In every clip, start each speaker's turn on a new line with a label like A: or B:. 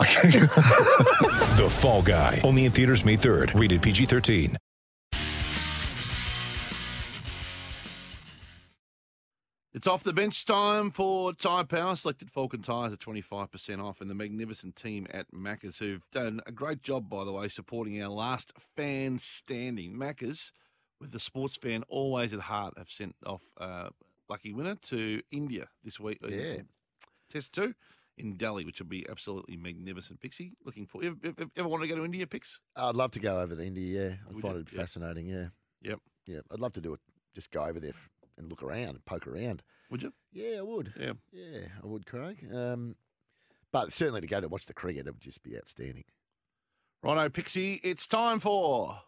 A: The Fall Guy. Only in theaters May 3rd. Rated PG-13.
B: It's off the bench time for Tyre Power. Selected Falcon tyres are 25% off, and the magnificent team at Macca's, who've done a great job, by the way, supporting our last fan standing. Macca's, with the sports fan always at heart, have sent off a lucky winner to India this week. Yeah. Test two in Delhi, which will be absolutely magnificent. Pixie, looking for. Ever, ever, ever want to go to India, Pix?
C: Uh, I'd love to go over to India. Yeah, I
B: Would
C: find
B: you?
C: it
B: Yeah.
C: fascinating. Yeah,
B: Yep.
C: yeah, I'd love to do it. Just go over there f- and look around and poke around.
B: Would you?
C: Yeah, I would.
B: Yeah.
C: Yeah, I would, Craig. Um, but certainly to go to watch the cricket, it would just be outstanding.
B: Righto, Pixie, it's time for.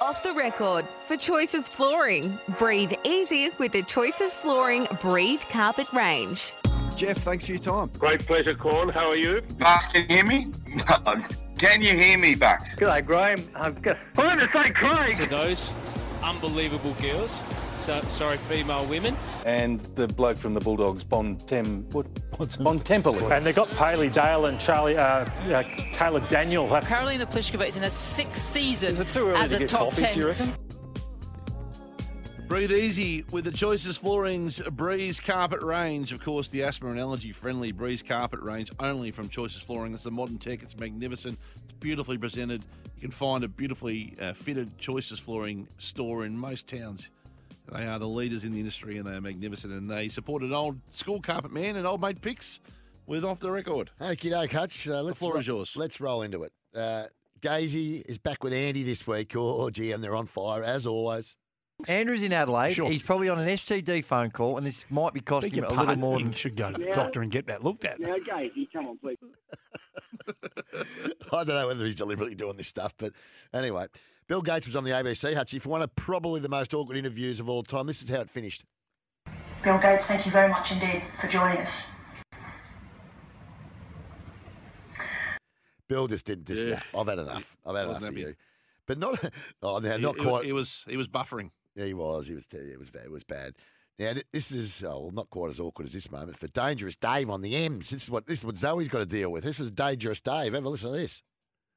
D: Off the record for Choices Flooring. Breathe easy with the Choices Flooring Breathe Carpet Range.
E: Jeff, thanks for your time.
F: Great pleasure, Corn. How are you?
G: Bucks, can you hear me? can you hear me, Bucks?
F: G'day, Graham. I'm good. I'm going to say Craig.
H: those unbelievable girls. So, sorry, female women.
I: and the bloke from the Bulldogs, Bon Tem, what, what's Bon Temple?
F: And they got Paley Dale and Charlie, uh, uh, Caleb Daniel.
J: Carolina Pliskova is in her sixth season
I: Is it too early
J: as
I: to
J: a
I: get
J: top
I: coffees,
J: ten.
I: do you reckon?
B: Breathe easy with the Choices Floorings Breeze Carpet Range. Of course, the asthma and allergy friendly Breeze Carpet Range only from Choices Flooring. It's the modern tech, it's magnificent, it's beautifully presented. You can find a beautifully uh, fitted Choices Flooring store in most towns. They are the leaders in the industry and they are magnificent. And they support an old school carpet man and old mate picks with Off the Record.
C: Okie doke, Hutch. Uh, let's
B: floor
C: ro-
B: is yours.
C: Let's roll into it. Uh, Gazy is back with Andy this week. Oh, gee, and they're on fire as always.
K: Andrew's in Adelaide.
H: Sure.
K: He's probably on an STD phone call, and this might be costing him a little more
H: You
K: than.
H: should go to the doctor and get that looked at.
C: I don't know whether he's deliberately doing this stuff, but anyway, Bill Gates was on the ABC. Hutchie for one of probably the most awkward interviews of all time. This is how it finished.
L: Bill Gates, thank you very much indeed for joining us.
C: Bill just didn't. Just,
B: Yeah.
C: I've had enough. I've had
B: Wasn't
C: enough of
B: happy.
C: you. But not. Oh, no, not
B: He- he-
C: quite.
B: He, was, he was buffering.
C: Yeah, he was. He was. It was. It was bad. Now th- this is oh, well, not quite as awkward as this moment for Dangerous Dave on the M's. This is what this is what Zoe's got to deal with. This is Dangerous Dave. Have a listen to this.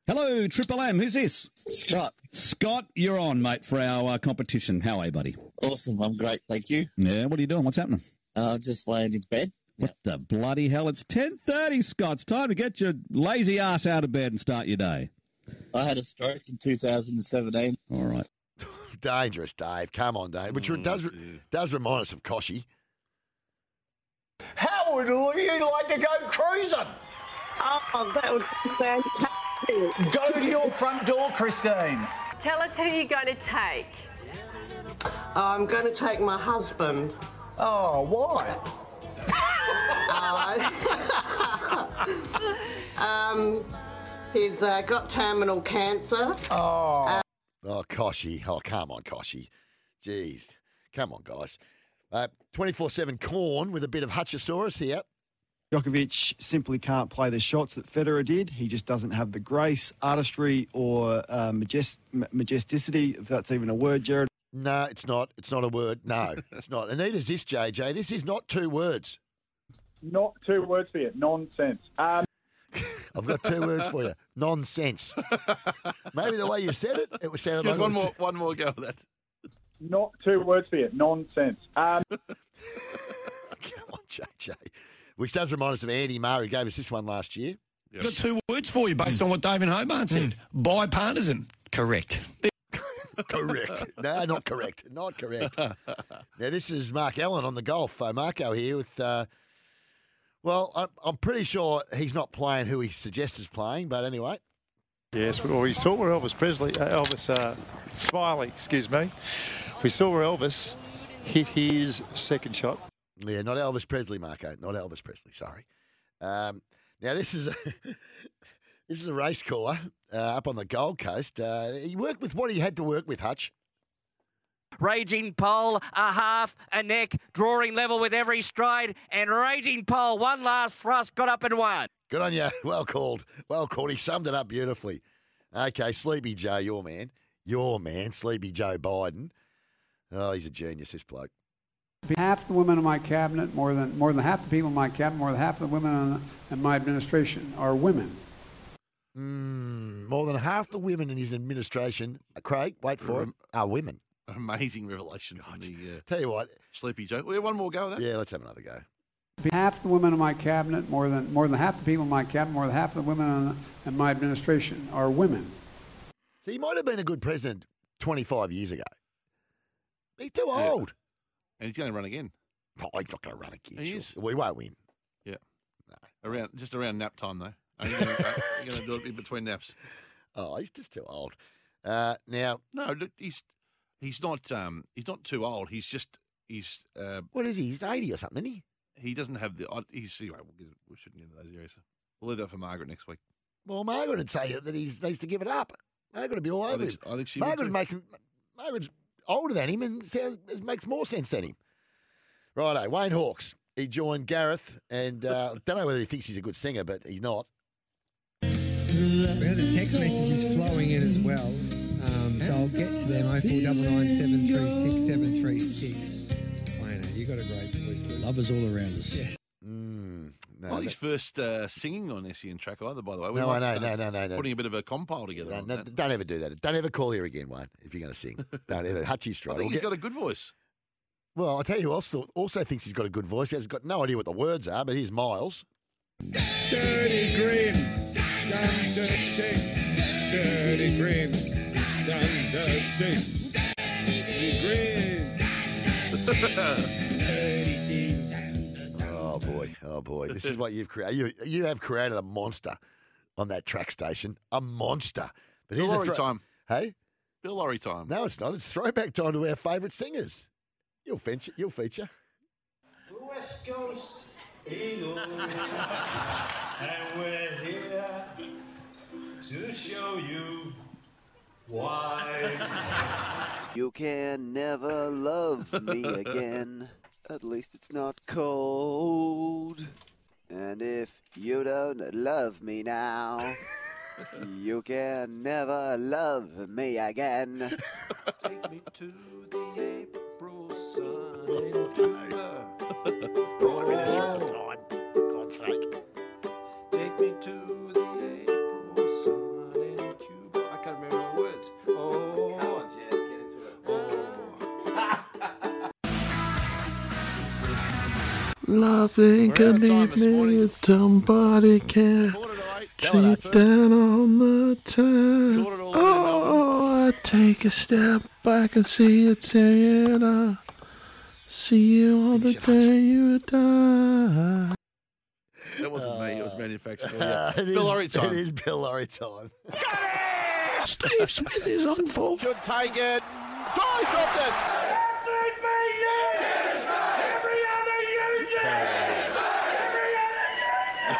F: Hello, Triple M. Who's this? Scott. Scott, you're on, mate, for our uh, competition. How are you, buddy?
G: Awesome, I'm great, thank you.
F: Yeah, what are you doing? What's happening?
G: Uh, just laying in bed.
F: What the bloody hell? It's 10.30, Scott. It's time to get your lazy ass out of bed and start your day.
G: I had a stroke in 2017.
F: All right.
C: Dangerous Dave. Come on, Dave. Which
B: Oh,
C: does
B: dear.
C: does remind us of Koshy.
M: How would you like to go cruising?
L: Oh, that would be fantastic.
M: Go to your front door, Christine.
D: Tell us who you're going to take.
K: I'm going to take my husband.
M: Oh, why?
K: He's uh, got terminal cancer.
C: Oh, Koshy. Oh, come on, Koshy. Jeez. Come on, guys. Uh, 24-7 corn with a bit of Hutchosaurus here.
E: Djokovic simply can't play the shots that Federer did. He just doesn't have the grace, artistry, or uh, majest- m- majesticity, if that's even a word, Jared.
C: No, it's not. It's not a word. No, it's not. And neither's this, JJ. This is not two words.
F: Not two words for you. Nonsense. Um,
C: I've got two words for you. Nonsense. Maybe the way you said it, it was sounded
B: Just
C: like
B: one
C: it was
B: more, one more go of that.
F: not two words for you. Nonsense. Um,
C: T- Come on, JJ. Which does remind us of Andy Maher, who gave us this one last year.
B: Yep.
H: two words for you based on what David Hobart said.
E: Hmm.
H: Bipartisan. Correct.
C: Correct. no, not correct. Not correct. now, this is Mark Allen on the golf. Uh, Marco here with, uh, well, I'm, I'm pretty sure he's not playing who he suggests is playing, but anyway.
E: Yes, well, we saw where Elvis Presley, uh, Elvis uh, Smiley, excuse me. We saw where Elvis hit his second shot.
C: Yeah, not eh? Elvis Presley, Marco. Not Elvis Presley. Sorry. Um, now this is This is a race caller uh, up on the Gold Coast. Uh, he worked with what he had to work with, Hutch.
N: Raging Pole, a half, a neck, drawing level with every stride, and Raging Pole, one last thrust, got up and won.
C: Good on you. Well called. Well called. He summed it up beautifully. Okay, Sleepy Joe, your man. Your man, Sleepy Joe Biden. Oh, he's a genius, this bloke.
O: Half the women in my cabinet, more than more than half the people in my cabinet, more than half the women in, in my administration are women.
C: Mm, more than half the women in his administration, Craig, wait for it, are women.
B: Amazing revelation. from the, uh,
C: Tell you what.
B: Sleepy Joe. We have one more go at that.
C: Yeah, let's have another go.
O: Half the women in my cabinet, more than more than half the people in my cabinet, more than half the women in, in my administration are women.
C: So he might have been a good president 25 years ago. He's too
B: Yeah.
C: old.
B: And he's going to run again.
C: Oh, he's not going to run again.
B: He
C: sure.
B: is.
C: We won't win.
B: Yeah. Around just around nap time though. Are you going to do it in between naps?
C: Oh, he's just too old. Uh, now,
B: no, look, he's he's not um he's not too old. He's just he's uh,
C: What is he? He's 80 or something, isn't he?
B: he doesn't have the odd- he's anyway. We'll get, we shouldn't get into those areas. We'll leave that for Margaret next week.
C: Well, Margaret would say that he's, needs to give it up. Margaret would be all
B: I
C: over
B: think
C: him.
B: s- I think she would
C: Margaret
B: too.
C: makes him- Margaret's older than him and sound, it makes more sense than him. Righto, Wayne Hawks. He joined Gareth, and uh, don't know whether he thinks he's a good singer, but he's not.
P: We heard the text messages flowing in as well. Um, so I'll get to them. 0499 736 736. Wayne, you got a great voice. We love us all around us. Yes.
C: Mm, no,
B: Not
C: that-
B: his first uh, singing on SEN track either, by the way. We
C: No,
B: might
C: I know,
B: start
C: no, no, no, no.
B: Putting a bit of a compile together.
C: no,
B: on
C: no,
B: that.
C: don't ever do that. Don't ever call here again, Wayne, if you're going to sing. Don't ever. Hutchie's
B: I think
C: trying. We'll
B: he's
C: get-
B: got a good voice.
C: Well, I'll tell you who else th- also thinks he's got a good voice. He has got no idea what the words are, but here's Miles.
Q: Dirty Grim. Done dirty. Dirty Grim. Done dirty. Dirty
C: Oh boy, oh boy! This is what you've created. You you have created a monster on that track station, a monster. But
B: Bill
C: here's a
B: Lorry
C: thro-
B: time.
C: Hey,
B: Bill Lorry time.
C: no, it's not. It's throwback time to our favourite singers. You'll feature. You'll feature.
R: West Coast Eagles, and we're here to show you why.
S: You can never love me again. At least it's not cold. And if you don't love me now, you can never love me again.
R: Take me to the April sun in Cuba. Prime Minister at the time, for God's sake. Take me to the April sun in Cuba. I can't remember the words. Oh, come on, Jed, get into it.
T: Lovely good evening, it's somebody care. Cheek down on the town. Oh, I take a step back and see it theater. See you on the day you die.
B: That wasn't me. It was manufactured.
C: Uh,
B: Yeah.
C: it
B: Bill
C: is-
B: Lorry time.
C: It is Bill Lorry time.
R: Steve Smith is on full. Should take it. Dive dropped it.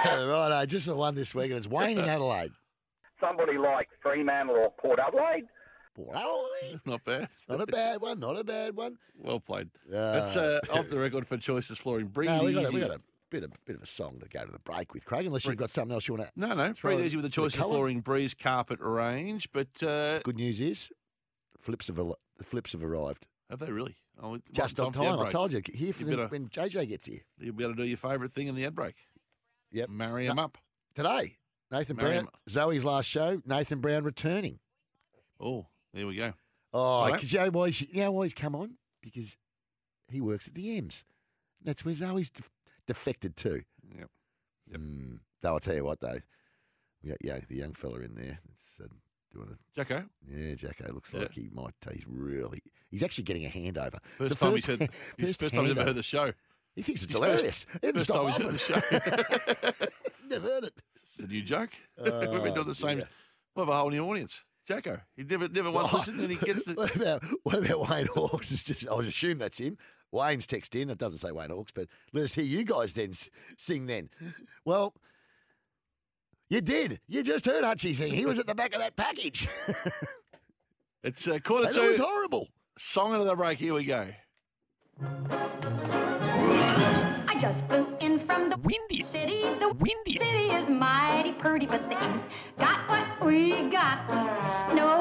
C: right, just the one this week, and it's Wayne in Adelaide.
U: Somebody like Fremantle or Port Adelaide.
C: Port Adelaide.
B: Not bad.
C: Not a bad one. Not a bad one.
B: Well played. That's uh, off the record for Choices Flooring. Breathe
C: No, we
B: easy.
C: got, a, we got a bit of bit of a song to go to the break with Craig. Unless you've got something else you want to.
B: No, no. Breathe easy with the Choices Flooring Breeze Carpet Range. But uh,
C: Good news is, the flips have al- the flips have arrived.
B: have they really? Oh, it-
C: Just
B: right,
C: on
B: for the ad
C: time. I
B: break.
C: told you. Here for
B: You
C: them
B: better-
C: when JJ gets here.
B: You'll be able to do your favourite thing in the ad break.
C: Yep.
B: Marry him up.
C: Today, Nathan
B: Marry
C: Brown,
B: him.
C: Zoe's last show. Nathan Brown returning.
B: Oh, there we go.
C: Oh,
B: Right.
C: because you know why? She, you know why he's come on? Because he works at the M's. That's where Zoe's def- defected to.
B: Yep.
C: Mm. Though I'll tell you what, though, we got young, the young fella in there. It's, uh, doing a
B: Jacko?
C: Yeah, Jacko looks
B: Yeah.
C: like he might. He's really. He's actually getting a handover.
B: First
C: It's the
B: time he's heard. First,
C: first
B: first time he's ever
C: handover.
B: heard the show.
C: He thinks it's
B: His first-
C: hilarious. He didn't
B: first
C: stop
B: time he's heard the show.
C: Never heard it.
B: It's a new joke. We've been
C: Oh,
B: doing the same.
C: dear.
B: We'll have a whole new audience. Jacko, he never, never once
C: Oh.
B: listened, and he gets the.
C: what about what about Wayne Hawks? It's just, I'll assume that's him. Wayne's text in. It doesn't say Wayne Hawks, but let us hear you guys then s- sing. Then, well, You did. You just heard Hutchie sing. He was at the back of that package.
B: It's uh, quarter
C: And
B: two.
C: it was horrible.
B: Song of the break. Here we go.
V: I just flew in from the windy city. The windy city is mighty pretty, but they ain't got what we got. No,